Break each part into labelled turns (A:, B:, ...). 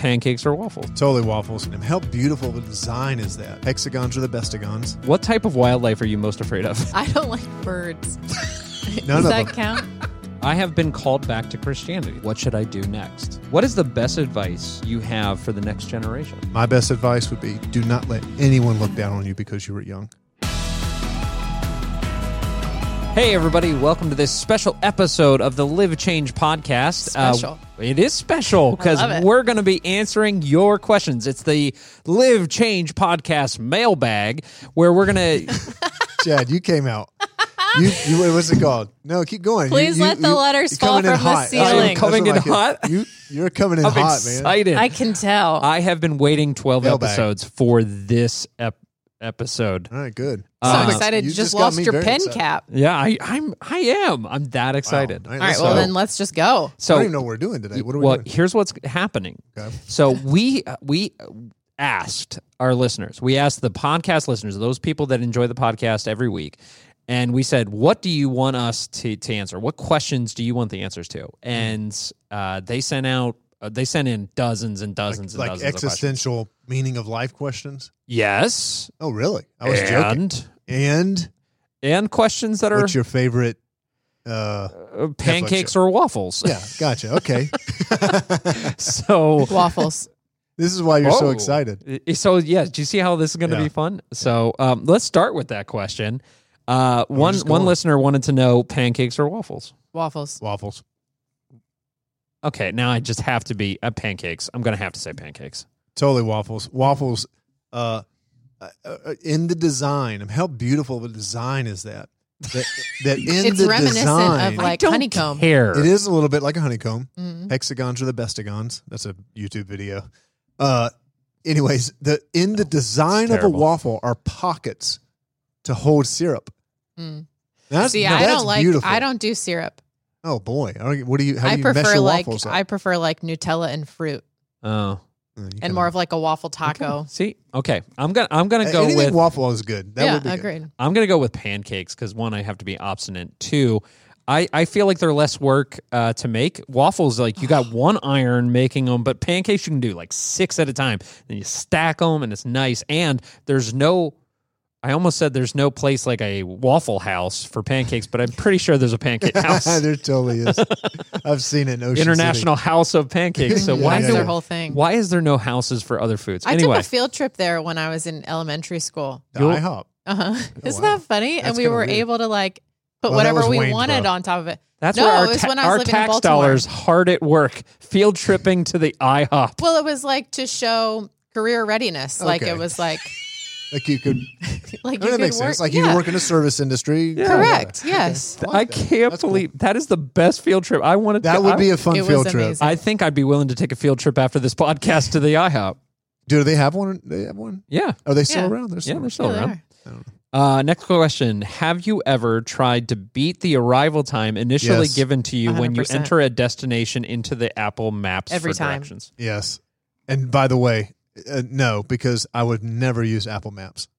A: pancakes or waffles.
B: Totally waffles. And how beautiful of a design is that? Hexagons are the bestigons.
A: What type of wildlife are you most afraid of?
C: I don't like birds.
B: None
C: Does
B: of
C: that
B: them.
C: count?
A: I have been called back to Christianity. What should I do next? What is the best advice you have for the next generation?
B: My best advice would be do not let anyone look down on you because you were young.
A: Hey, everybody, welcome to this special episode of the Live Change podcast.
C: Special.
A: Uh, it is special
C: love it.
A: because we're going to be answering your questions. It's the Live Change podcast mailbag where we're going to.
B: Chad, you came out. You, you what was it called? No, keep going. You-
C: Please
B: you-
C: let the
B: you-
C: letters
B: you're coming
C: fall
B: in
C: from the
B: hot.
C: ceiling.
B: That's what-
A: I am
B: that's
A: coming
B: what
A: in
B: I can-
A: hot.
B: You you're coming in
A: I'm
B: hot, man.
A: excited.
C: I can tell.
A: I have been waiting 12
B: Mailbag.
A: episodes for this ep- episode.
B: All right, good.
C: so
A: Uh,
C: excited.
B: you
C: You
B: just
C: just,
B: got
C: lost
B: me
C: your
B: very
C: pen
B: excited.
C: cap.
A: Yeah, I, I'm. I am. I'm that excited.
B: All right,
C: All right,
B: let's
C: well,
B: go.
C: then let's just go.
A: So
B: I don't even know what we're doing today. What are we
A: well,
B: doing?
A: here's what's happening.
B: Okay.
A: So we we asked our listeners. We asked the podcast listeners, those people that enjoy the podcast every week, and we said, "What do you want us to to answer? What questions do you want the answers to?"
B: Mm-hmm.
A: And uh, they sent out. Uh, they sent in dozens and dozens and
B: like
A: dozens of questions.
B: existential meaning of life questions.
A: Yes,
B: Oh, really? I was joking.
A: and
B: And
A: and questions that are
B: what's your favorite? Uh,
A: uh, pancakes or waffles.
B: yeah, gotcha. Okay,
A: so
C: Waffles.
B: this is why you're so
A: Oh.
B: excited.
A: I- So yeah, do you see how this is going to
B: Yeah.
A: be fun? So um, let's start with that question. Uh, one
B: just
A: one
B: going.
A: listener wanted to know pancakes or waffles.
C: Waffles.
B: Waffles.
A: Okay, now I just have to be uh, pancakes. I'm going to have to say pancakes.
B: Totally waffles. Waffles. Uh, uh, uh, in the design, how beautiful of a design is that? That, that in
C: It's
B: the
C: reminiscent of,
B: design,
C: like-
A: I don't
C: honeycomb.
A: Care.
B: it is a little bit like a honeycomb.
C: Mm.
B: Hexagons are the bestigons. That's a YouTube video. Uh, anyways, the in
C: Oh,
B: the design of a
A: terrible.
B: waffle are pockets to hold syrup.
C: Mm.
B: That's,
C: See,
B: no,
C: I
B: that's
C: don't like.
B: beautiful.
C: I don't do syrup.
B: Oh boy, I don't- what do you? How do
C: I
B: you mesh
C: prefer
B: your
C: like
B: waffles? up?
C: I prefer like Nutella and fruit,
A: Oh,
B: Mm, you
C: and
B: kinda-
C: more of like a waffle
A: okay.
C: taco.
A: See, okay, I'm gonna I'm gonna
B: Uh,
A: go
B: anything
A: with
B: waffle is good. That
C: yeah,
B: would be good.
C: agreed.
A: I'm gonna go with pancakes because one, I have to be obstinate. Two, I, I feel like they're less work uh, to make. Waffles, like you got one iron making them, but pancakes you can do like six at a time. Then you stack them, and it's nice. And there's no, I almost said there's no place like a waffle house for pancakes, but I'm pretty sure there's a pancake house,
B: there totally is. I've seen it. In Ocean City.
A: international house of pancakes. So
B: Yeah,
A: why
C: That's
B: yeah,
A: do-
C: their
B: yeah.
C: whole thing.
A: why is there no houses for other foods?
C: I
A: anyway,
C: took a field trip there when I was in elementary school.
B: The
A: You'll-
B: IHOP.
C: Uh-huh. Isn't
B: Oh, wow.
C: that funny?
B: That's
C: and we
B: kinda
C: were
B: weird.
C: able to like put
B: Well, that was
C: whatever we
B: Waynesboro.
C: wanted on top of it.
A: that's
C: no,
A: where our,
C: it was
A: ta-
C: when I was
A: our
C: living in
A: tax
C: Baltimore.
A: dollars hard at work, field tripping to the IHOP.
C: Well, it was like to show career readiness. Like
B: Okay.
C: it was like
B: Like you could.
C: like
B: No, that
C: you could
B: makes
C: work.
B: sense. Like
C: yeah.
B: you could work in the service industry. Yeah.
C: Correct. Yes.
B: I
A: I
B: like that.
A: can't
B: That's cool.
A: believe that is the best field trip. I wanted
B: That
A: to,
B: would
A: I,
B: be a fun
C: It was
B: field trip.
C: amazing.
A: I think I'd be willing to take a field trip after this podcast to the IHOP.
B: Do they have one? They have one.
A: Yeah,
B: Are they still
C: Yeah.
B: around? They're
A: yeah,
B: still
A: they're
B: around.
A: still
C: Yeah, they
A: around.
C: are.
A: Uh, next question: Have you ever tried to beat the arrival time initially
B: Yes.
A: given to you when you
C: 100%.
A: enter a destination into the Apple Maps
C: Every
A: for
C: time.
A: directions?
B: Yes. And by the way, uh, no, because I would never use Apple Maps.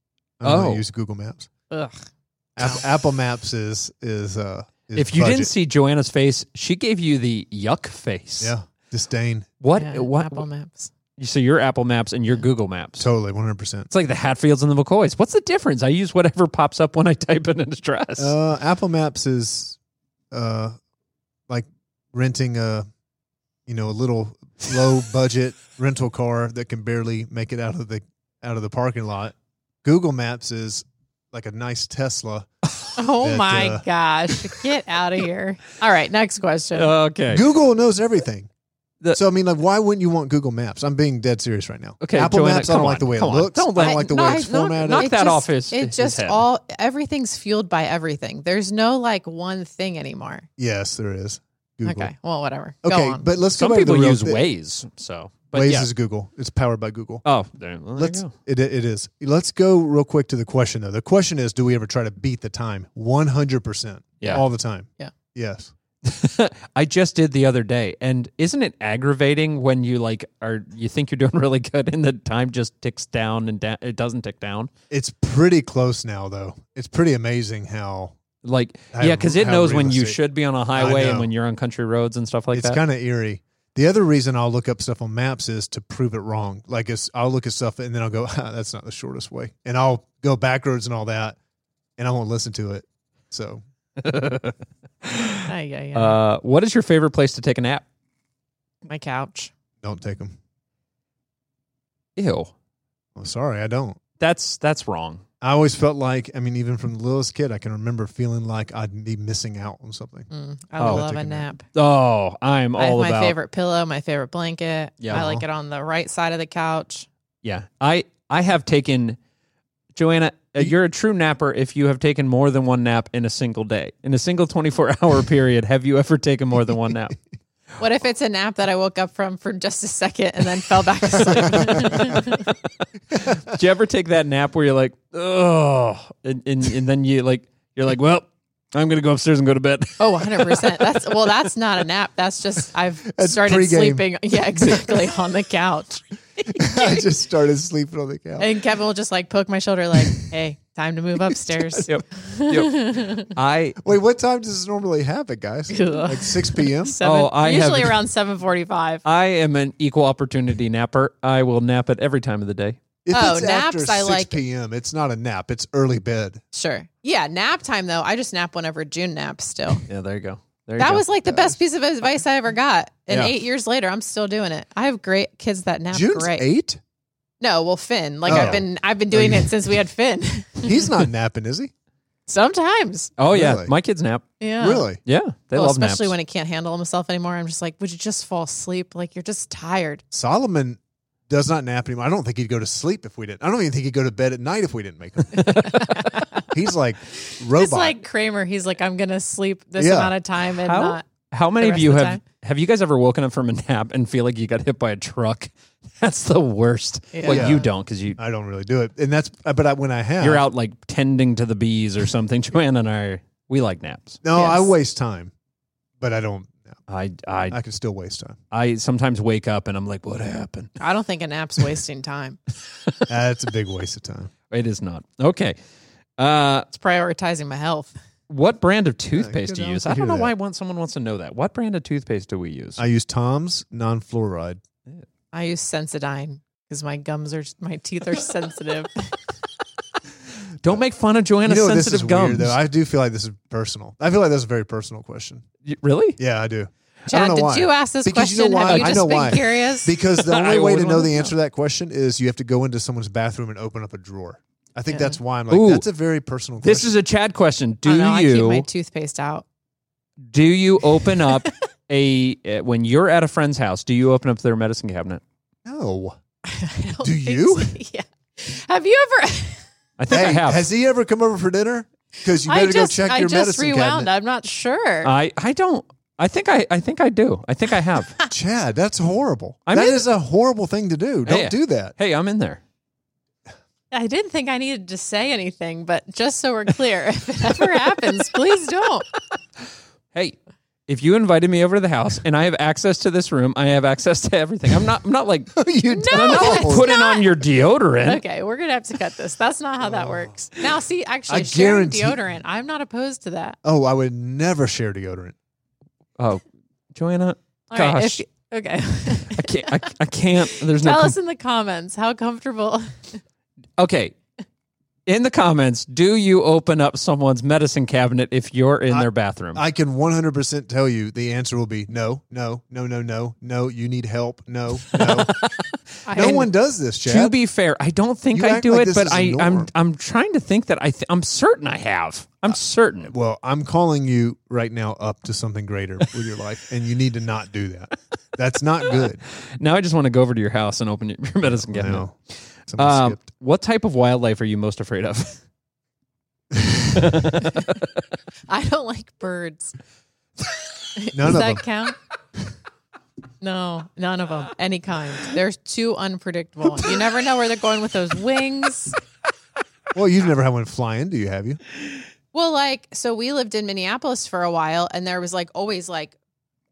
B: I
A: Oh.
B: only use Google Maps.
C: Ugh.
B: App- Apple Maps is is uh is
A: If you didn't
B: budget.
A: see Joanna's face, she gave you the yuck face.
B: yeah disdain
A: What?
C: Yeah,
A: what?
C: Apple Maps.
A: So your Apple Maps and your Google Maps.
B: totally one hundred percent.
A: It's like the Hatfields and the McCoys. What's the difference? I use whatever pops up when I type in an address.
B: Uh, Apple Maps is uh like renting a you know a little low budget rental car that can barely make it out of the out of the parking lot. Google Maps is like a nice Tesla.
C: Oh
B: That,
C: my
B: uh,
C: gosh. Get out of here. All right, next question.
B: Uh,
A: okay.
B: Google knows everything.
A: The-
B: so I mean, like, why wouldn't you want Google Maps? I'm being dead serious right now.
A: Okay,
B: Apple
A: Joanna,
B: Maps. I
A: come
B: don't
A: on,
B: like the way it
A: come on.
B: looks.
A: Don't
B: I don't
A: let-
B: like the
A: knock-
B: way it's
A: knock-
B: formatted.
A: knock- that
C: just,
A: off his-
C: It
A: his
C: just
A: head.
C: all everything's fueled by everything. There's no like one thing anymore.
B: yes, there is Google.
C: Okay. Well, whatever.
B: Okay,
C: Go on.
B: but let's go
A: Some
B: back to the
A: people
B: real
A: use
B: thing.
A: Waze, so but
B: Waze
A: yeah.
B: is Google. It's powered by Google.
A: oh, there, well, there
B: Let's
A: you go.
B: it, it is. Let's go real quick to the question though. The question is, do we ever try to beat the time? One hundred percent.
A: Yeah.
B: all the time.
C: Yeah.
B: Yes.
A: I just did the other day, and isn't it aggravating when you like are you think you're doing really good and the time just ticks down and da- it doesn't tick down?
B: It's pretty close now though. It's pretty amazing how
A: Like
B: How-
A: yeah, because it
B: how
A: knows when you
B: realistic.
A: should be on a highway
B: know.
A: and when you're on country roads and stuff like
B: it's
A: that.
B: kind of eerie. The other reason I'll look up stuff on maps is to prove it wrong. Like it's, I'll look at stuff and then I'll go, ah, that's not the shortest way, and I'll go back roads and all that, and I won't listen to it. So
C: Ay, ay, ay.
A: Uh, what is your favorite place to take a nap?
C: My couch.
B: don't take them.
A: Ew,
B: I'm sorry, I don't.
A: that's that's wrong.
B: I always felt like, I mean, even from the littlest kid, I can remember feling like I'd be missing out on something.
C: Mm, I
A: Oh.
C: love a
B: Taking a
C: nap.
A: Oh, I'm
C: I have
A: all
C: my
A: about
C: favorite pillow, my favorite blanket.
A: Yeah.
C: I like it on the right side of the couch.
A: Yeah, I I have taken Joanna. Uh, you're a true napper if you have taken more than one nap in a single day, in a single 24 hour period. Have you ever taken more than one nap?
C: What if it's a nap that I woke up from for just a second and then fell back asleep?
A: Did you ever take that nap where you're like, oh, and, and, and then you like you're like, well, I'm gonna go upstairs and go to bed.
C: oh, 100%. That's well, that's not a nap. That's just I've
B: That's
C: started
B: pregame.
C: sleeping. Yeah, exactly, on the couch.
B: I just started sleeping on the couch.
C: And Kevin will just like poke my shoulder like, "Hey, time to move upstairs."
A: yep. yep. I
B: Wait, what time does this normally happen, guys? like 6 p.m.?
C: Seven,
A: Oh, I have- Uh,
C: usually around 7:45.
A: I am an equal opportunity napper. I will nap at every time of the day.
B: If
C: Oh,
B: it's
C: naps,
B: after 6
C: I like-
B: p.m., it's not a nap, it's early bed.
C: Sure. Yeah, nap time though. I just nap whenever June naps still.
A: Yeah, there you go. There you
C: That
A: go.
C: was like the best piece of advice I ever got. And
A: Yeah.
C: 8 years later, I'm still doing it. I have great kids that nap
B: June's
C: great.
B: 8?
C: No, well Finn, like
B: Oh.
C: I've been I've been doing it since we had Finn.
B: He's not napping, is he?
C: Sometimes.
A: oh yeah,
B: Really?
A: my kids nap.
C: Yeah.
B: Really?
A: Yeah, they
C: Well,
A: love naps.
C: Oh, especially when he can't handle himself anymore. I'm just like, would you just fall asleep? Like you're just tired.
B: Solomon does not nap anymore. I don't think he'd go to sleep if we didn't. I don't even think he'd go to bed at night if we didn't make him. He's like robot.
C: It's like Kramer. He's like, I'm gonna sleep this
B: Yeah.
C: amount of time and
A: How?
C: not.
A: How many of
C: rest
A: you
C: of the
A: have
C: time.
A: have you guys ever woken up from a nap and feel like you got hit by a truck? That's the worst.
C: Yeah.
A: Well, you don't because you
B: I don't really do it. And that's uh, but I, when I have
A: you're out like tending to the bees or something. Joanna and I are- we like naps.
B: No, I
C: Yes.
B: waste time. But I don't nap.
A: I I
B: I can still waste time.
A: I sometimes wake up and I'm like, what happened?
C: I don't think a nap's wasting time.
B: That's a big waste of time.
A: It is not okay. Uh,
C: It's prioritizing my health.
A: what brand of
B: good
A: toothpaste do you
B: enough
A: use?
B: to
A: I
B: hear
A: don't know
B: that.
A: why one, someone wants to know that. What brand of toothpaste do we use?
B: I use Tom's non fluoride.
C: I use Sensodyne because my gums are my teeth are sensitive.
A: don't make fun of Joanna's
B: you know, this
A: sensitive
B: is
A: gums.
B: weird though. I do feel like this is personal. I feel like that's a very personal question.
A: You- really?
B: Yeah, I do. I
C: Chad,
B: don't know
C: did
B: why.
C: you ask this
B: Because you know
C: question?
B: why?
C: Have you
B: I
C: just
B: know
C: been
B: why.
C: curious?
B: Because the
A: I
B: only way
A: always
B: to know
A: wanted
B: the
A: to
B: answer to that question is you have to go into someone's bathroom and open up a drawer. I think
C: Yeah.
B: that's why I'm like
A: Ooh.
B: that's a very personal.
A: This
B: question.
A: is a Chad question. Do
C: I know, Oh, I keep
A: you
C: my toothpaste out.
A: Do you open up a uh, when you're at a friend's house? Do you open up their medicine cabinet?
B: no.
C: I don't
B: Do
C: think
B: you?
C: so. Yeah. Have you ever?
A: I think I
B: Hey,
A: have.
B: has he ever come over for dinner? Because you
C: I
B: better
C: just
B: go check
C: I
B: your
C: just
B: medicine
C: rewound.
B: cabinet.
C: I'm not sure.
A: I I don't. I think I I think I do. I think I have.
B: Chad, that's horrible.
A: I
B: that
A: mean-
B: is a horrible thing to do. Don't
A: Hey.
B: do that.
A: hey, I'm in there.
C: I didn't think I needed to say anything, but just so we're clear, if it ever happens, please don't.
A: Hey, if you invited me over to the house and I have access to this room, I have access to everything. I'm not. I'm not like.
B: you
A: I'm
B: don't.
A: not like putting on your deodorant.
C: Okay, we're gonna have to cut this. That's not how that works. Now, see,
B: Oh.
C: actually,
B: I
C: sharing
B: guarantee-
C: deodorant, I'm not opposed to that.
B: Oh, I would never share deodorant.
A: Oh, Joanna.
C: All right,
A: gosh,
C: if- okay.
A: I can't. I, I can't. There's no.
C: Tell
A: com-
C: us in the comments how comfortable.
A: okay. In the comments, do you open up someone's medicine cabinet if you're in their bathroom?
B: I can 100% tell you the answer will be no, no, no, no, no, no. You need help. No, no.
C: I
B: no one does this, Chad.
A: To be fair, I don't think
B: You
A: I
B: act
A: do
B: like
A: it,
B: this
A: but
B: is a
A: I, I'm
B: norm. Uh,
A: I'm trying to think that I th- I'm certain I have. I'm certain.
B: well, I'm calling you right now up to something greater with your life, and you need to not do that. That's not good.
A: Now I just want to go over to your house and open your, your medicine cabinet.
B: No. Something
A: Um,
B: skipped.
A: what type of wildlife are you most afraid of?
C: I don't like birds.
B: None
C: Does
B: of them.
C: that count? No, none of them. Any kind. They're too unpredictable. You never know where they're going with those wings.
B: Well, you've never had one fly in, do you? Have you?
C: Well, like, so we lived in Minneapolis for a while, and there was like always like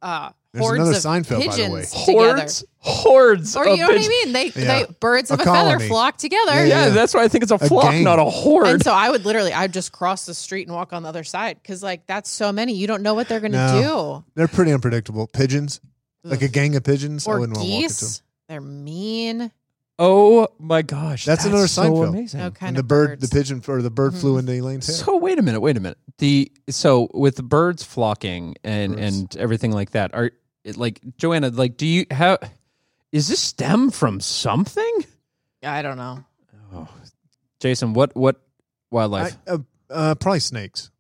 C: uh,
B: There's
C: hordes
B: another
C: of
B: Seinfeld, by the way.
C: pigeons together.
A: Hordes, hordes.
C: Or
A: of
C: you know what
A: pigeons.
C: I mean? They,
B: Yeah.
C: they birds
B: A
C: of a, feather
B: colony.
C: flock together.
A: Yeah,
B: Yeah.
A: that's why I think it's a flock,
B: gang.
A: not a horde.
C: And so I would literally, I'd just cross the street and walk on the other side because, like, that's so many. You don't know what they're going to
B: No. They're pretty unpredictable. Pigeons, like a gang of pigeons. I
C: or
B: wouldn't want to walk into them.
C: geese. They're mean.
A: Oh my gosh,
B: That's another
A: so
B: Seinfeld.
A: Amazing.
C: No kind
B: And
C: of
B: the bird,
C: birds. Mm-hmm.
B: the pigeon, or the bird flew into Elaine's head.
A: So wait a minute, wait a minute. The so with the birds flocking and
B: Birds.
A: and everything like that. Are it, like Joanna? Like, do you how is this stem from something?
C: I don't know.
A: Oh, Jason, what what
B: I,
A: wildlife?
B: uh, uh, probably snakes.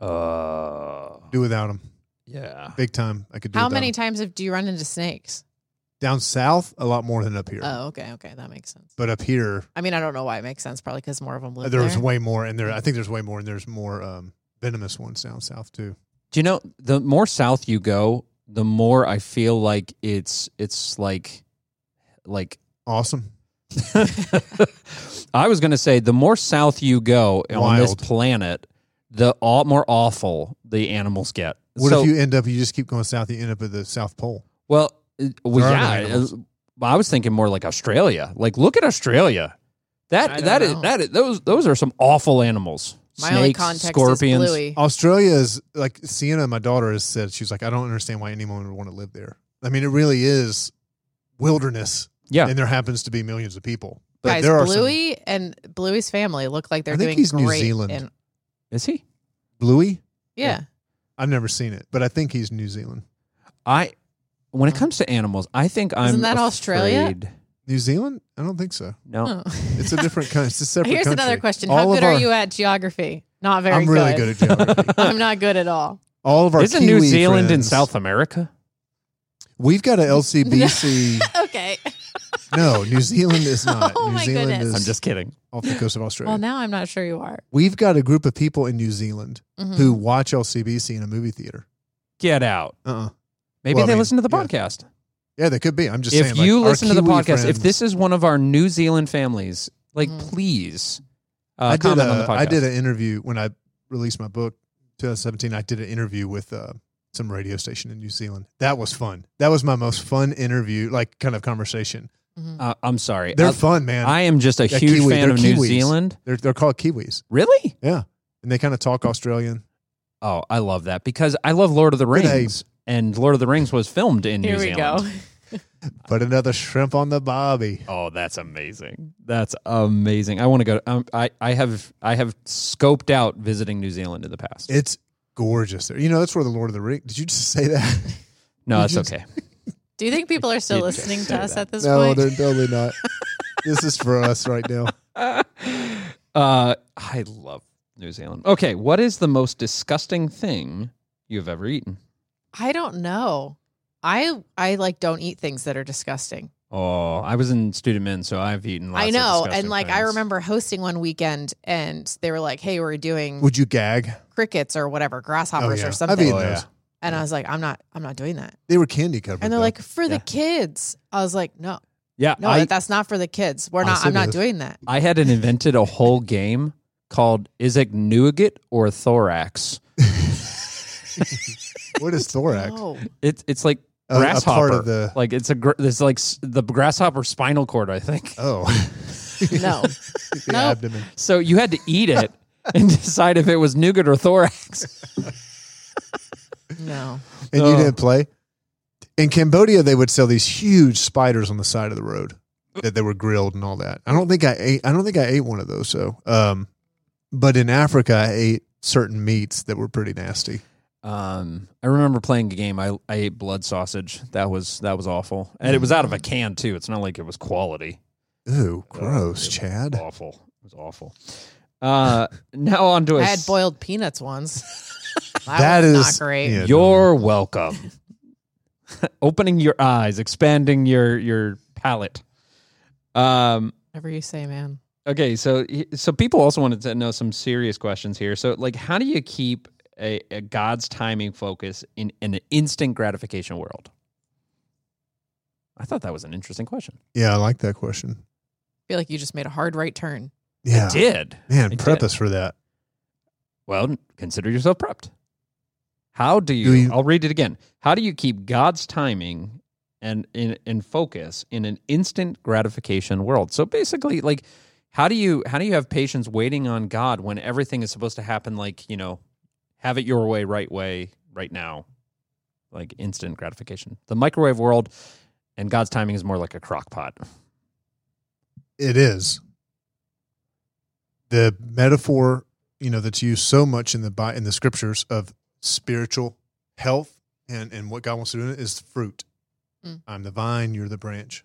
A: uh,
B: Do without them,
A: yeah.
B: big time. I could do.
C: How
B: without
C: many
B: 'em.
C: times have do you run into snakes?
B: down south? A lot more than up here.
C: Oh, okay, okay, that makes sense.
B: But up here,
C: I mean, I don't know why it makes sense. Probably because more of them live
B: there's
C: there.
B: way more, and there I think there's way more, and there's more um, venomous ones down south too.
A: Do you know the more south you go, the more I feel like it's it's like like
B: Awesome.
A: I was going to say the more south you go on this
B: Wild.
A: planet, the all, more awful the animals get.
B: What
A: so,
B: if you end up? You just keep going south. You end up at the South Pole.
A: Well, uh, well
B: There are no
A: yeah.
B: animals.
A: uh, I was thinking more like Australia. Like, look at Australia.
C: I
A: That
C: don't
A: that is
C: know.
A: that is, those those are some awful animals.
C: My
A: Snakes,
C: only context
A: scorpions.
C: is Bluey.
B: Australia is like Sienna, my daughter, has said she's like, I don't understand why anyone would want to live there. I mean, it really is wilderness.
A: Yeah.
B: and there happens to be millions of people. But
C: Guys,
B: there are some-
C: Bluey and Bluey's family look like they're
B: I think
C: doing
B: he's New
C: great.
B: Zealand.
C: in-
A: Is he?
B: Bluey.
C: yeah.
B: I've never seen it, but I think he's New Zealand.
A: I when it comes to animals, I think I'm
C: that Australia?
A: afraid-
B: New Zealand? I don't think so.
A: No.
C: Oh.
B: It's a different country. It's a separate
C: Here's
B: country.
C: another question:
B: All
C: How
B: of
C: good are
B: our-
C: you at geography? Not very.
B: I'm
C: good.
B: really good at geography.
C: I'm not good at all.
B: All of our
A: Isn't New
B: Kiwi
A: Zealand in
B: friends-
A: South America?
B: We've got a LCBC.
C: Okay.
B: no, New Zealand is not.
C: Oh
B: New
C: my
B: Zealand
C: goodness.
B: is
A: I'm just kidding.
B: off the coast of Australia.
C: Well, now I'm not sure you are.
B: We've got a group of people in New Zealand
C: Mhm.
B: who watch LCBC in a movie theater.
A: Get out.
B: Uh-uh.
A: Maybe
B: Well, I
A: they
B: mean,
A: listen to the
B: yeah.
A: podcast.
B: Yeah, they could be. I'm just
A: if
B: saying.
A: you
B: like, our
A: listen to the
B: Kiwi
A: podcast, if
B: friends-
A: this uh, is one of our New Zealand families, like
C: Mm.
A: please uh,
B: I did,
A: comment
B: a-
A: on the podcast.
B: I did an interview when I released my book 2017. I did an interview with uh, some radio station in New Zealand. That was fun. That was my most fun interview, like kind of conversation.
C: Mhm.
A: Uh, I'm sorry.
B: They're
A: I,
B: fun, man.
A: I am just a
B: Yeah,
A: huge
B: Kiwi.
A: fan
B: They're
A: of New
B: Kiwis.
A: Zealand.
B: they're they're called Kiwis,
A: Really?
B: and they kind of talk Australian.
A: Oh, I love that because I love Lord of the
B: Good day.
A: Rings, and Lord of the Rings was filmed in New
C: Here we
A: Zealand.
C: go.
B: Put another shrimp on the bobby.
A: Oh, that's amazing. That's amazing. I want to go. Um, I I have I have scoped out visiting New Zealand in the past.
B: It's gorgeous there. You know that's where the Lord of the Rings. Did you just say that?
A: no,
B: you
A: it's
B: just-
A: okay.
C: Do you think people are still
A: Did
C: listening
A: just
C: to
A: say
C: us
A: that.
C: at this
B: no,
C: point?
B: they're totally not. this is for us right now.
A: uh, I love New Zealand. Okay, what is the most disgusting thing you've ever eaten?
C: I don't know. I I like don't eat things that are disgusting.
A: Oh, I was in student men, so I've eaten. Lots
C: I
A: of
C: know, and
A: disgusting
C: like I
A: things.
C: remember hosting one weekend, and they were like, "Hey, we're doing
B: Would you gag?
C: crickets or whatever, grasshoppers
B: yeah.
C: or
B: I've
C: something,"
B: eaten
A: Oh, yeah.
B: those.
C: and I was like, "I'm not, I'm not doing that."
B: They were candy covered.
C: And they're
B: though.
C: like, "For
A: Yeah.
C: the kids," I was like, "No,
A: Yeah,
C: no,
A: I,
C: that's not for the kids. We're
B: I
C: not.
B: said
C: I'm not
B: this.
C: doing that."
A: I had an invented a whole game called is it nougat or thorax.
B: what is thorax?
C: No.
A: It's it's like
B: A- a
A: grasshopper.
B: part of the.
A: like it's a gr- it's like s- the grasshopper spinal cord, I think.
B: Oh,
C: No.
B: the
C: Nope.
B: abdomen.
A: So you had to eat it and decide if it was nougat or thorax.
C: No.
B: And
A: Oh.
B: you didn't play? In Cambodia, they would sell these huge spiders on the side of the road that they were grilled and all that. I don't think I ate. I don't think I ate one of those. So, um, but in Africa, I ate certain meats that were pretty nasty.
A: Um, I remember playing a game. I, I ate blood sausage. That was that was awful, and it was out of a
B: Mm.
A: can too. It's not like it was quality.
B: Ooh,
A: it
B: gross,
A: was
B: Chad.
A: Awful. It was awful. Uh, now on to a
C: I had
A: s-
C: boiled peanuts once. that,
B: That
C: was
B: is-
C: not great.
B: yeah.
A: You're welcome. Opening your eyes, expanding your your palate. Um.
C: Whatever you say, man.
A: Okay. So so people also wanted to know some serious questions here. So like, how do you keep a, a God's timing focus in, in an instant gratification world? I thought that was an interesting question.
B: Yeah, I like that question.
C: I feel like you just made a hard right turn.
B: Yeah,
A: Did
B: man,
A: I
B: prep
A: did.
B: us for that.
A: Well, consider yourself prepped. How do you,
B: Do you-
A: I'll read it again. How do you keep God's timing and in and focus in an instant gratification world? So basically like how do you how do you have patience waiting on God when everything is supposed to happen like, you know, have it your way, right way, right now? like instant gratification. The microwave world and God's timing is more like a crock pot.
B: It is. The metaphor, you know, that's used so much in the Bi- in the scriptures of spiritual health and and what God wants to do in it is fruit.
C: Mm.
B: I'm the vine, you're the branch.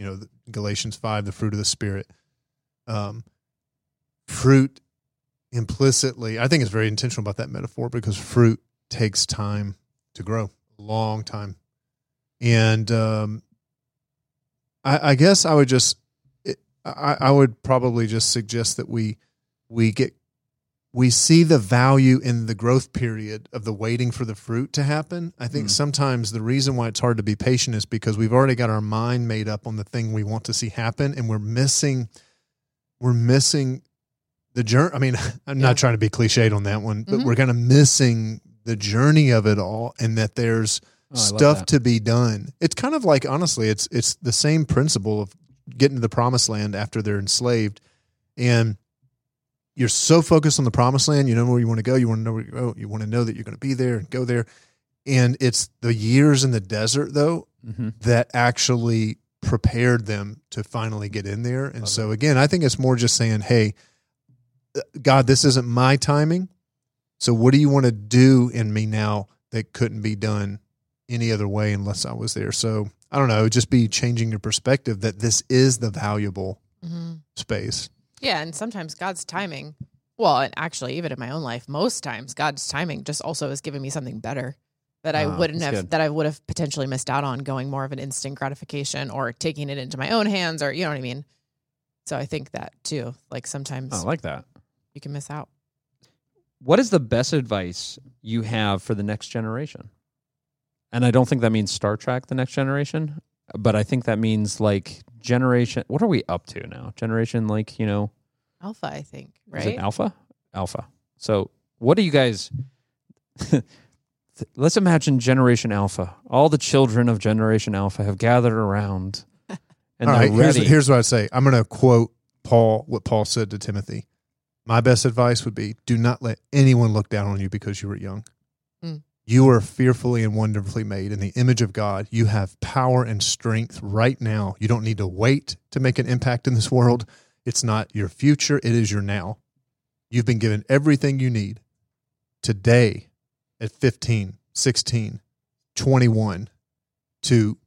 B: You know, the- Galatians 5, the fruit of the spirit. Um fruit implicitly, I think it's very intentional about that metaphor because fruit takes time to grow, a long time. And um I, I guess I would just I, I would probably just suggest that we we get we see the value in the growth period of the waiting for the fruit to happen. I think
A: Hmm.
B: sometimes the reason why it's hard to be patient is because we've already got our mind made up on the thing we want to see happen, and we're missing we're missing the journey. I mean, I'm
C: Yeah.
B: not trying to be cliched on that one, but
C: Mhm.
B: we're kind of missing the journey of it all, and that there's
A: Oh, I love
B: stuff
A: that.
B: to be done. It's kind of like honestly, it's it's the same principle of getting to the promised land after they're enslaved, and you're so focused on the promised land, you know where you want to go, you want to know where you go, you want to know that you're going to be there and go there, and it's the years in the desert though
A: Mhm.
B: that actually prepared them to finally get in there. And
A: Love
B: so again, I think it's more just saying, "Hey, uh, God, this isn't my timing. So what do you want to do in me now that couldn't be done any other way unless I was there?" So I don't know, just be changing your perspective that this is the valuable
C: hmm
B: space.
C: Yeah, and sometimes God's timing. Well, and actually, even in my own life, most times God's timing just also has given me something better that I
A: Ah,
C: wouldn't
A: that's
C: have
A: good.
C: that I would have potentially missed out on going more of an instant gratification or taking it into my own hands or you know what I mean. So I think that too. Like sometimes
A: Oh, I like that.
C: you can miss out.
A: What is the best advice you have for the next generation? And I don't think that means Star Trek the next generation, but I think that means like generation what are we up to now? Generation like, you know,
C: Alpha, I think,
A: Is it
C: right?
A: alpha? Alpha. So, what do you guys? Let's imagine Generation Alpha. All the children of Generation Alpha have gathered around, and
B: All
A: they're
B: right, here's,
A: ready.
B: here's what I'd say. I'm going to quote Paul what Paul said to Timothy. My best advice would be do not let anyone look down on you because you were young.
C: Mm.
B: You are fearfully and wonderfully made in the image of God. You have power and strength right now. You don't need to wait to make an impact in this world. It's not your future, it is your now. You've been given everything you need today at 15, 16, 21 to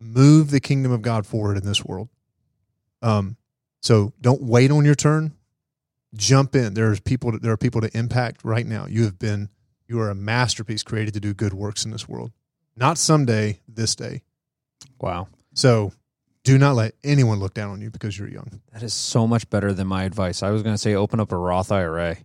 B: move the kingdom of God forward in this world. Um, so don't wait on your turn. Jump in. There's people. there are people to impact right now. You have been. You are a masterpiece created to do good works in this world. Not someday. This day.
A: wow,
B: So do not let anyone look down on you because you're young.
A: that is so much better than my advice. I was going to say open up a Roth IRA.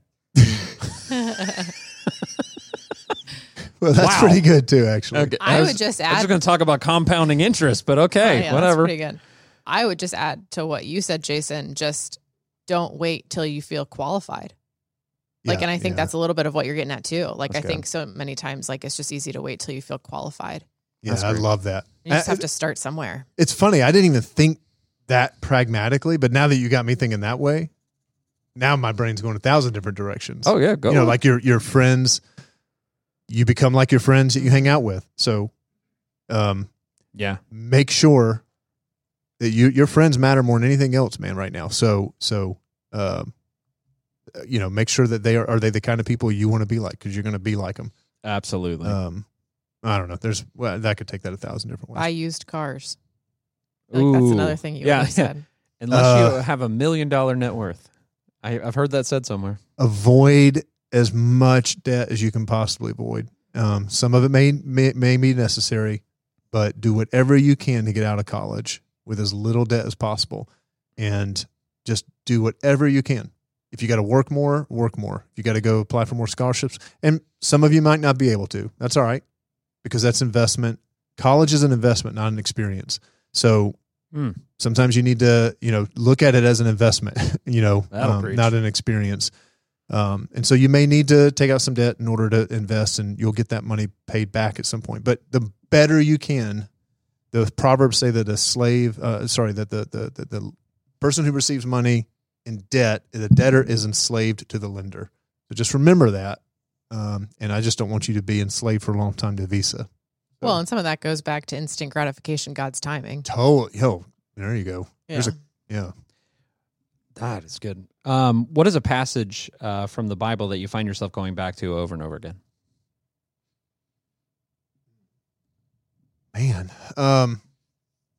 B: Well, that's
A: Wow.
B: pretty good too, actually.
C: I
A: was-
C: would just
A: I
C: add
A: was going to talk about compounding interest, but okay,
C: Oh, yeah, that's
A: whatever.
C: pretty good. I would just add to what you said, Jason. Just don't wait till you feel qualified. Like,
B: Yeah,
C: and I think
B: yeah,
C: that's a little bit of what you're getting at too. Like,
A: That's
C: I think so many times, like it's just easy to wait till you feel qualified.
B: yeah.
A: that's
B: I
A: great.
B: love that.
C: You just
B: Uh,
C: have to start somewhere.
B: it's funny. I didn't even think that pragmatically, but now that you got me thinking that way, now my brain's going a thousand different directions.
A: Oh yeah, go.
B: you know,
A: on.
B: like your your friends, you become like your friends that you hang out with. So, um,
A: yeah,
B: make sure that you your friends matter more than anything else, man. Right now, so so, um, you know, make sure that they are are they the kind of people you want to be like because you're going to be like them.
A: absolutely.
B: Um, I don't know. There's well, that could take that a thousand different ways.
C: Buy used cars. I feel Like that's
A: Ooh.
C: another thing you
A: Yeah,
C: yeah,
A: yeah.
C: said.
A: Unless
B: uh,
A: you have a million dollar net worth, I, I've heard that said somewhere.
B: avoid as much debt as you can possibly avoid. Um, some of it may, may may be necessary, but do whatever you can to get out of college with as little debt as possible, and just do whatever you can. If you got to work more, work more. If you got to go apply for more scholarships, and some of you might not be able to. That's all right, because that's investment. College is an investment, not an experience. So
A: Hmm.
B: sometimes you need to, you know, look at it as an investment. you know,
A: That'll
B: um,
A: preach.
B: not an experience. Um, and so you may need to take out some debt in order to invest, and you'll get that money paid back at some point. But the better you can, the proverbs say that a slave, uh, sorry, that the, the the the person who receives money in debt, the debtor is enslaved to the lender. So just remember that. Um, and I just don't want you to be enslaved for a long time to Visa.
C: Well, and some of that goes back to instant gratification, God's timing.
B: Total. Yo, there you go.
C: Yeah.
B: There's a- Yeah.
A: That is good. Um, what is a passage uh, from the Bible that you find yourself going back to over and over again?
B: Man. Um,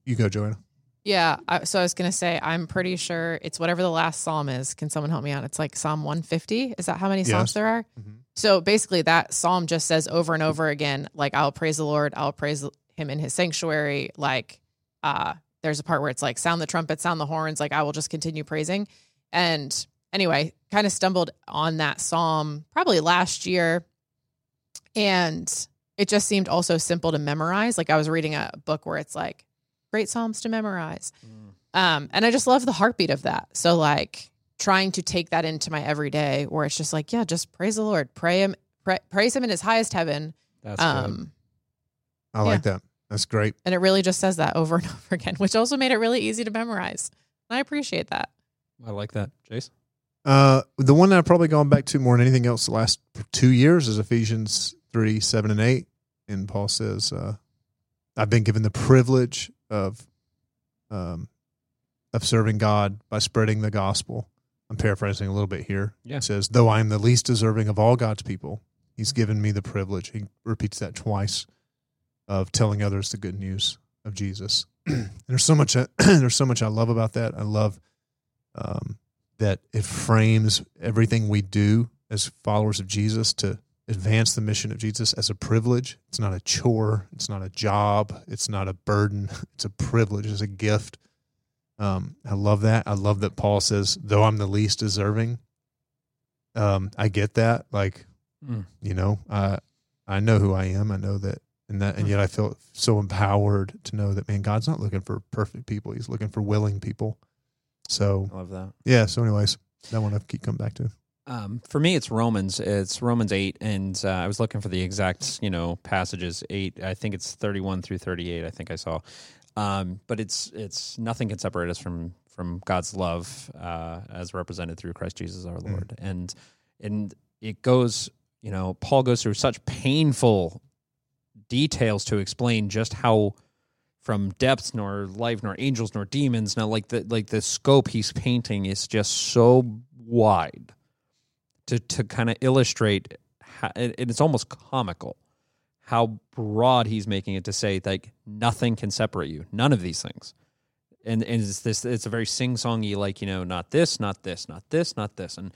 B: you go, Joanna.
C: Yeah. I, so I was going to say, I'm pretty sure it's whatever the last psalm is. Can someone help me out? It's like Psalm 150. Is that how many psalms
B: Yes.
C: there are?
B: Mhm.
C: So basically, that psalm just says over and over again, like, I'll praise the Lord, I'll praise him in his sanctuary. Like, uh, there's a part where it's like, sound the trumpet, sound the horns. Like, I will just continue praising. And anyway, kind of stumbled on that psalm probably last year. And it just seemed also simple to memorize. Like, I was reading a book where it's like, great psalms to memorize.
A: Mm.
C: Um, and I just love the heartbeat of that. So like trying to take that into my everyday where it's just like, yeah, just praise the Lord, pray him, pra praise him in his highest heaven.
A: That's
C: Um,
A: good.
B: I like that. That's great.
C: and it really just says that over and over again, which also made it really easy to memorize. And I appreciate that.
A: I like that, Jason.
B: Uh, the one that I've probably gone back to more than anything else the last two years is Ephesians 3 7 and 8. And Paul says, uh, I've been given the privilege of, um, of serving God by spreading the gospel. I'm paraphrasing a little bit here.
A: Yeah.
B: It says, Though I am the least deserving of all God's people, he's given me the privilege. He repeats that twice of telling others the good news of Jesus. there's so much, there's so much I love about that. I love, um, that it frames everything we do as followers of Jesus to advance the mission of Jesus as a privilege. It's not a chore. It's not a job. It's not a burden. It's a privilege. It's a gift. Um, I love that. I love that Paul says, though I'm the least deserving. Um, I get that. Like,
A: Mm.
B: you know, I I know who I am. I know that, and that, and yet I feel so empowered to know that, man, God's not looking for perfect people. He's looking for willing people. So,
A: I love that.
B: yeah. So, anyways, that one I keep coming back to.
A: Um, for me, it's Romans. It's Romans eight, and uh, I was looking for the exact you know passages eight. I think it's thirty one through thirty eight. I think I saw, um, but it's it's nothing can separate us from from God's love uh, as represented through Christ Jesus our Lord. And and it goes, you know, Paul goes through such painful details to explain just how from depths nor life nor angels nor demons now like the like the scope he's painting is just so wide to to kind of illustrate how, and and it's almost comical how broad he's making it to say like nothing can separate you none of these things and and it's this it's a very sing-songy like you know not this not this not this not this and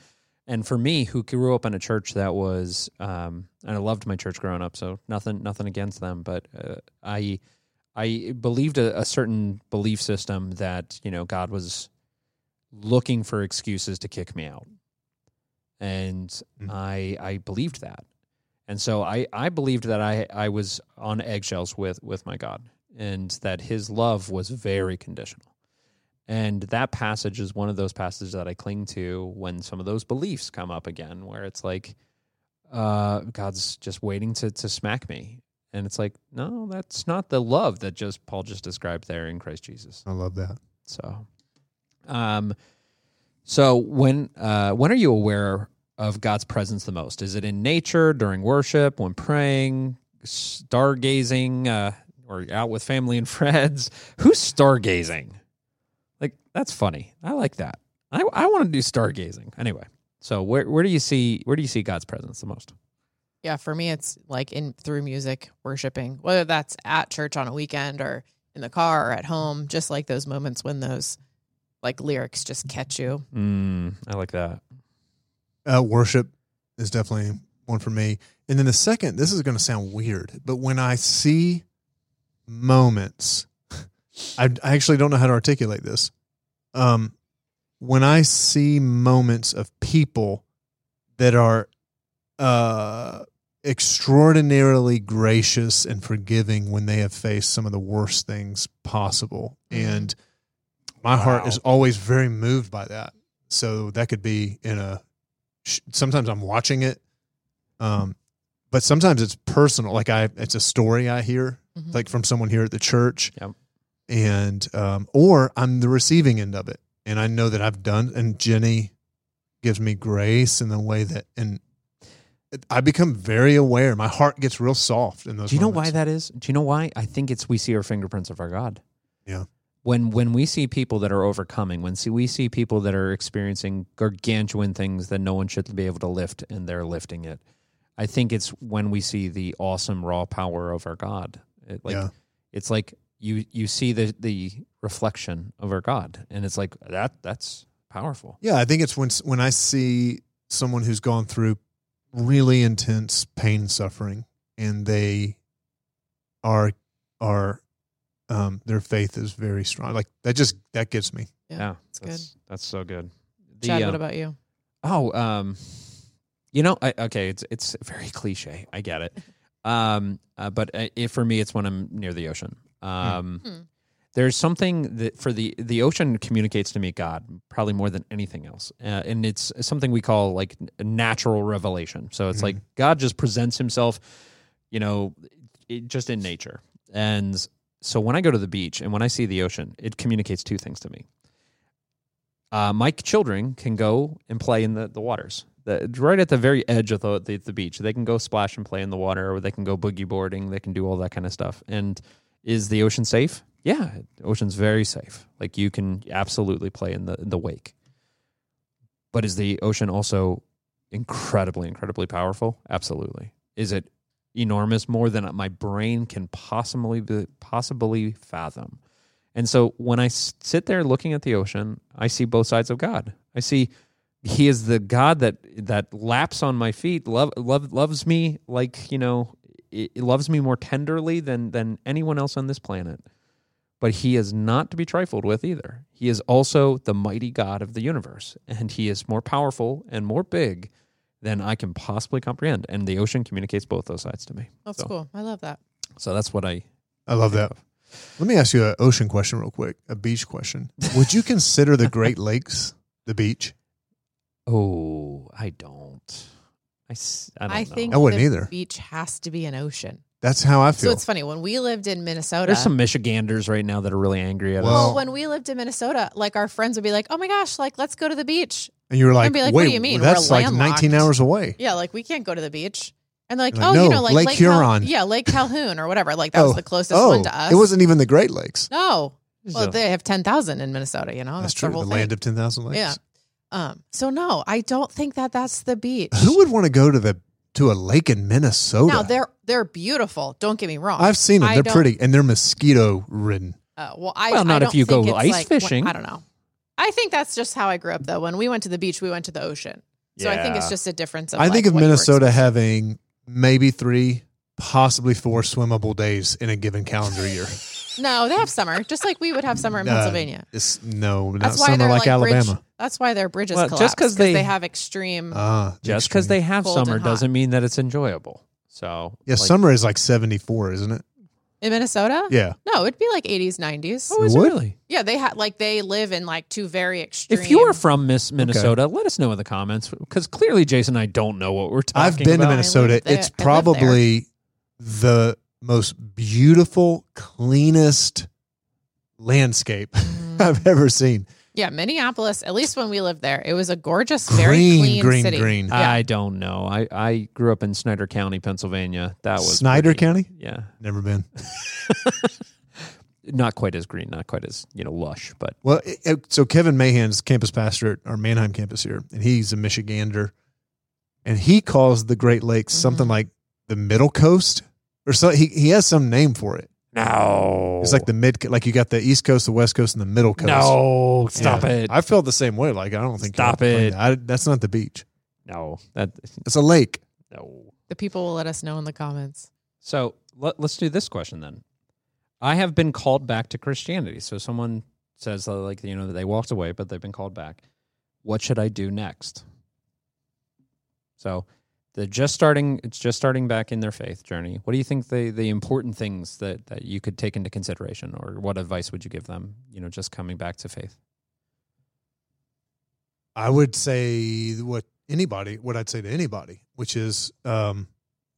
A: and for me who grew up in a church that was um and I loved my church growing up so nothing nothing against them but uh, I I believed a, a certain belief system that you know God was looking for excuses to kick me out and
B: Mm.
A: I I believed that, and so I I believed that I I was on eggshells with with my God, and that His love was very conditional, and that passage is one of those passages that I cling to when some of those beliefs come up again, where it's like, uh, God's just waiting to to smack me, and it's like, no, that's not the love that just Paul just described there in Christ Jesus.
B: I love that.
A: So, um, so when uh, when are you aware of God's presence the most? Is it in nature during worship, when praying, stargazing, uh, or out with family and friends? Who's stargazing? Like that's funny. I like that. I I want to do stargazing anyway. So where where do you see where do you see God's presence the most?
C: Yeah. For me, it's like in through music, worshiping, whether that's at church on a weekend or in the car or at home, just like those moments when those like lyrics just catch you.
A: Mm, I like that.
B: Uh, worship is definitely one for me. And then the second, this is going to sound weird, but when I see moments, I, I actually don't know how to articulate this. Um, when I see moments of people that are uh, extraordinarily gracious and forgiving when they have faced some of the worst things possible, and my heart
A: Wow.
B: is always very moved by that. So that could be in a. sh- Sometimes I'm watching it, um, but sometimes it's personal. Like I, it's a story I hear,
C: Mhm.
B: like from someone here at the church,
A: Mm-hmm. Yep.
B: and um, or I'm the receiving end of it, and I know that I've done. And Jenny gives me grace in the way that, and I become very aware. My heart gets real soft in those.
A: Do you know why that is? Do you know why? I think it's we see our fingerprints of our God.
B: Yeah.
A: When when we see people that are overcoming, when see we see people that are experiencing gargantuan things that no one should be able to lift and they're lifting it. I think it's when we see the awesome raw power of our God. It, like
B: Yeah.
A: it's like you you see the the reflection of our God and it's like that that's powerful.
B: Yeah, I think it's when when I see someone who's gone through really intense pain and suffering, and they are are um, their faith is very strong. Like that just that gets me.
C: Yeah, it's good.
A: that's, That's so good. The,
C: Chad,
A: um,
C: what about you?
A: Oh, um, you know, I, okay, it's it's very cliche. I get it. Um, uh, but uh, if for me, it's when I'm near the ocean. Um,
C: Hmm.
A: there's something that for the the ocean communicates to me God probably more than anything else, uh, and it's something we call like n- natural revelation. So it's like God just presents Himself, you know, it, just in nature. And so when I go to the beach and when I see the ocean, it communicates two things to me uh, my children can go and play in the, the waters. The, right at the very edge of the, the, the beach, they can go splash and play in the water, or they can go boogie boarding. They can do all that kind of stuff. And is the ocean safe? Yeah, the ocean's very safe. Like you can absolutely play in the in the wake. But is the ocean also incredibly, incredibly powerful? Absolutely. Is it enormous more than my brain can possibly be, possibly fathom? And so when I s- sit there looking at the ocean, I see both sides of God. I see He is the God that that laps on my feet, love, love loves me like you know, it, loves me more tenderly than than anyone else on this planet. But He is not to be trifled with either. He is also the mighty God of the universe, and He is more powerful and more big than I can possibly comprehend. And the ocean communicates both those sides to me.
C: That's
A: so,
C: cool. I love that.
A: So that's what I
B: I love that. Let me ask you an ocean question real quick, a beach question. Would you consider the Great Lakes the beach?
A: Oh, I don't. I, s- I don't
C: I,
A: know.
C: think
B: I wouldn't
C: the
B: either.
C: Beach has to be an ocean.
B: That's how I
C: So
B: feel.
C: it's funny when we lived in Minnesota.
A: there's some Michiganders right now that are really angry at
B: Well-
A: us.
C: well, when we lived in Minnesota, like our friends would be like, "Oh my gosh, like let's go to the beach."
B: and you were like,
C: be like,
B: wait,
C: what do you mean?
B: that's
C: We're
B: like 19
C: landlocked."
B: hours away.
C: Yeah, like we can't go to the beach. And they're like,
B: Like,
C: "Oh, you
B: no,
C: know, like
B: Lake
C: Cal-
B: Huron."
C: yeah, Lake Calhoun or whatever." Like that
B: Oh,
C: was the closest
B: oh,
C: one to us.
B: it wasn't even the Great Lakes.
C: no. Well,
A: So-
C: they have ten thousand in Minnesota. You know,
B: that's
C: Oh, that's,
B: true.
C: The,
B: The
C: whole
B: land of 10,000 lakes.
C: Yeah. Um. So no, I don't think that that's the beach.
B: Who would want to go to the to a lake in Minnesota?
C: Now they're they're beautiful. Don't get me wrong.
B: I've seen them.
C: I
B: They're
C: don't-
B: pretty and they're mosquito ridden.
C: Uh, well, I
A: Well,
C: I
A: not if
C: don't
A: you go
C: think it's
A: ice
C: like-
A: fishing.
C: I don't know. I think that's just how I grew up though. When we went to the beach, we went to the ocean. So I think
A: Yeah.
C: it's just a difference. Of
B: I think
C: like,
B: of
C: what you were
B: Minnesota
C: exposed
B: having maybe three, possibly four swimmable days in a given calendar year.
C: to. No, they have summer, just like we would have summer in
B: No,
C: Pennsylvania.
B: It's, no, not
C: That's why
B: summer
C: they're
B: like,
C: like,
B: Alabama.
C: Bridge, that's why their bridges
A: Well, just
C: collapse
A: 'cause they-
C: have extreme.
B: Ah,
A: just because
B: extreme.
A: they have
C: Cold and
A: summer
C: hot.
A: doesn't mean that it's enjoyable. So
B: yeah,
A: like-
B: summer is like 74, isn't it?
C: Mm. in Minnesota.
B: Yeah.
C: No, it'd be like 80s, 90s.
A: Oh, is it
B: Would?
A: really?
C: Yeah, they had like they live in like two very extreme.
A: If you are from Miss Minnesota, let us know in the comments because clearly Jason and I don't know what we're talking
B: I've been to
A: about.
C: Minnes- I
B: Minnesota.
C: lived there-
B: It's
C: I lived there.
B: probably the most beautiful, cleanest landscape
C: Mm.
B: I've ever seen.
C: yeah, Minneapolis. At least when we lived there, it was a gorgeous, very
B: Green,
C: clean
B: green,
C: city.
B: green.
C: Yeah.
A: I don't know. I, I grew up in Snyder County, Pennsylvania. That was
B: Snyder
A: pretty-
B: County?
A: Yeah.
B: Never been.
A: Not quite as green, not quite as, you know, lush, but
B: Well, it, it- so Kevin Mahan's campus pastor at our Manheim campus here, and he's a Michigander, and he calls the Great Lakes
C: Mhm.
B: something like the Middle Coast, or so he, he has some name for it.
A: no.
B: It's like the mid, like you got the East Coast, the West Coast, and the Middle Coast.
A: Oh. No, stop
B: Yeah.
A: it.
B: I felt the same way. Like I don't think
A: Stop
B: I would claim
A: it.
B: that. I, that's not the beach.
A: no. That
B: It's a lake.
A: no.
C: The people will let us know in the comments.
A: So let, us do this question then. I have been called back to Christianity. So someone says, uh, like, you know, they walked away, but they've been called back. What should I do next? So they're just starting. It's just starting back in their faith journey. What do you think the the important things that that you could take into consideration, or what advice would you give them? You know, just coming back to faith.
B: I would say what anybody, what I'd say to anybody, which is um,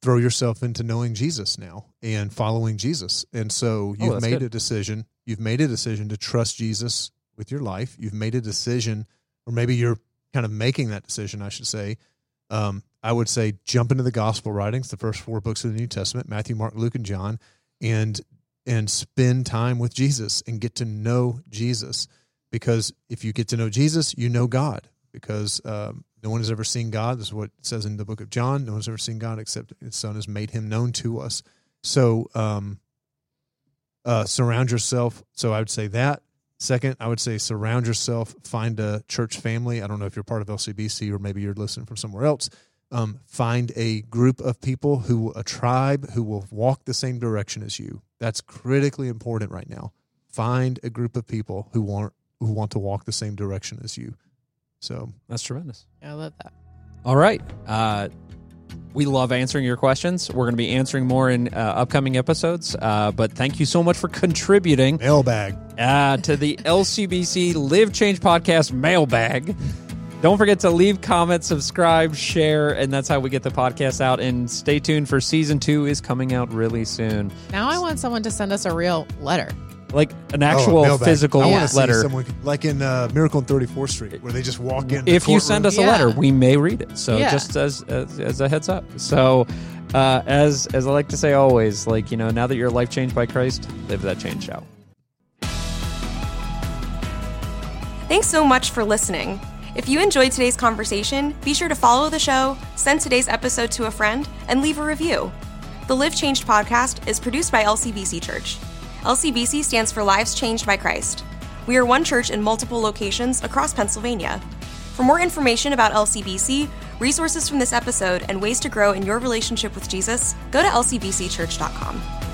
B: throw yourself into knowing Jesus now and following Jesus. And so
A: Oh,
B: you've
A: that's
B: made
A: good.
B: a decision. You've made a decision to trust Jesus with your life. You've made a decision, or maybe you're kind of making that decision, I should say, um, I would say jump into the gospel writings, the first four books of the New Testament, Matthew, Mark, Luke, and John, and and spend time with Jesus and get to know Jesus. Because if you get to know Jesus, you know God. Because um, no one has ever seen God. This is what it says in the book of John. No one's ever seen God except His Son has made Him known to us. So um, uh, surround yourself. So I would say that. Second, I would say surround yourself. Find a church family. I don't know if you're part of LCBC or maybe you're listening from somewhere else. Um, find a group of people who, a tribe who will walk the same direction as you. That's critically important right now. Find a group of people who want who want to walk the same direction as you. So
A: That's tremendous.
C: I love that.
A: All right. Uh, we love answering your questions. We're going to be answering more in uh, upcoming episodes. Uh, but thank you so much for contributing
B: mailbag.
A: uh, to the LCBC Live Change Podcast mailbag. Don't forget to leave comments, subscribe, share, and that's how we get the podcast out. And stay tuned for season two is coming out really soon.
C: Now I want someone to send us a real letter.
A: Like an
B: Oh, a
A: actual
B: mailbag.
A: physical
B: I wanna see
A: letter.
B: someone like in uh, Miracle on 34th Street, where they just walk in. the
A: if you
B: courtroom.
A: send us a
C: Yeah.
A: letter, we may read it. So
C: Yeah.
A: just as, as as a heads up. So uh, as as I like to say always, like you know, now that your life changed by Christ, live that change out.
D: Thanks so much for listening. If you enjoyed today's conversation, be sure to follow the show, send today's episode to a friend, and leave a review. The Live Changed podcast is produced by LCBC Church. LCBC stands for Lives Changed by Christ. We are one church in multiple locations across Pennsylvania. For more information about LCBC, resources from this episode, and ways to grow in your relationship with Jesus, go to lcbcchurch.com.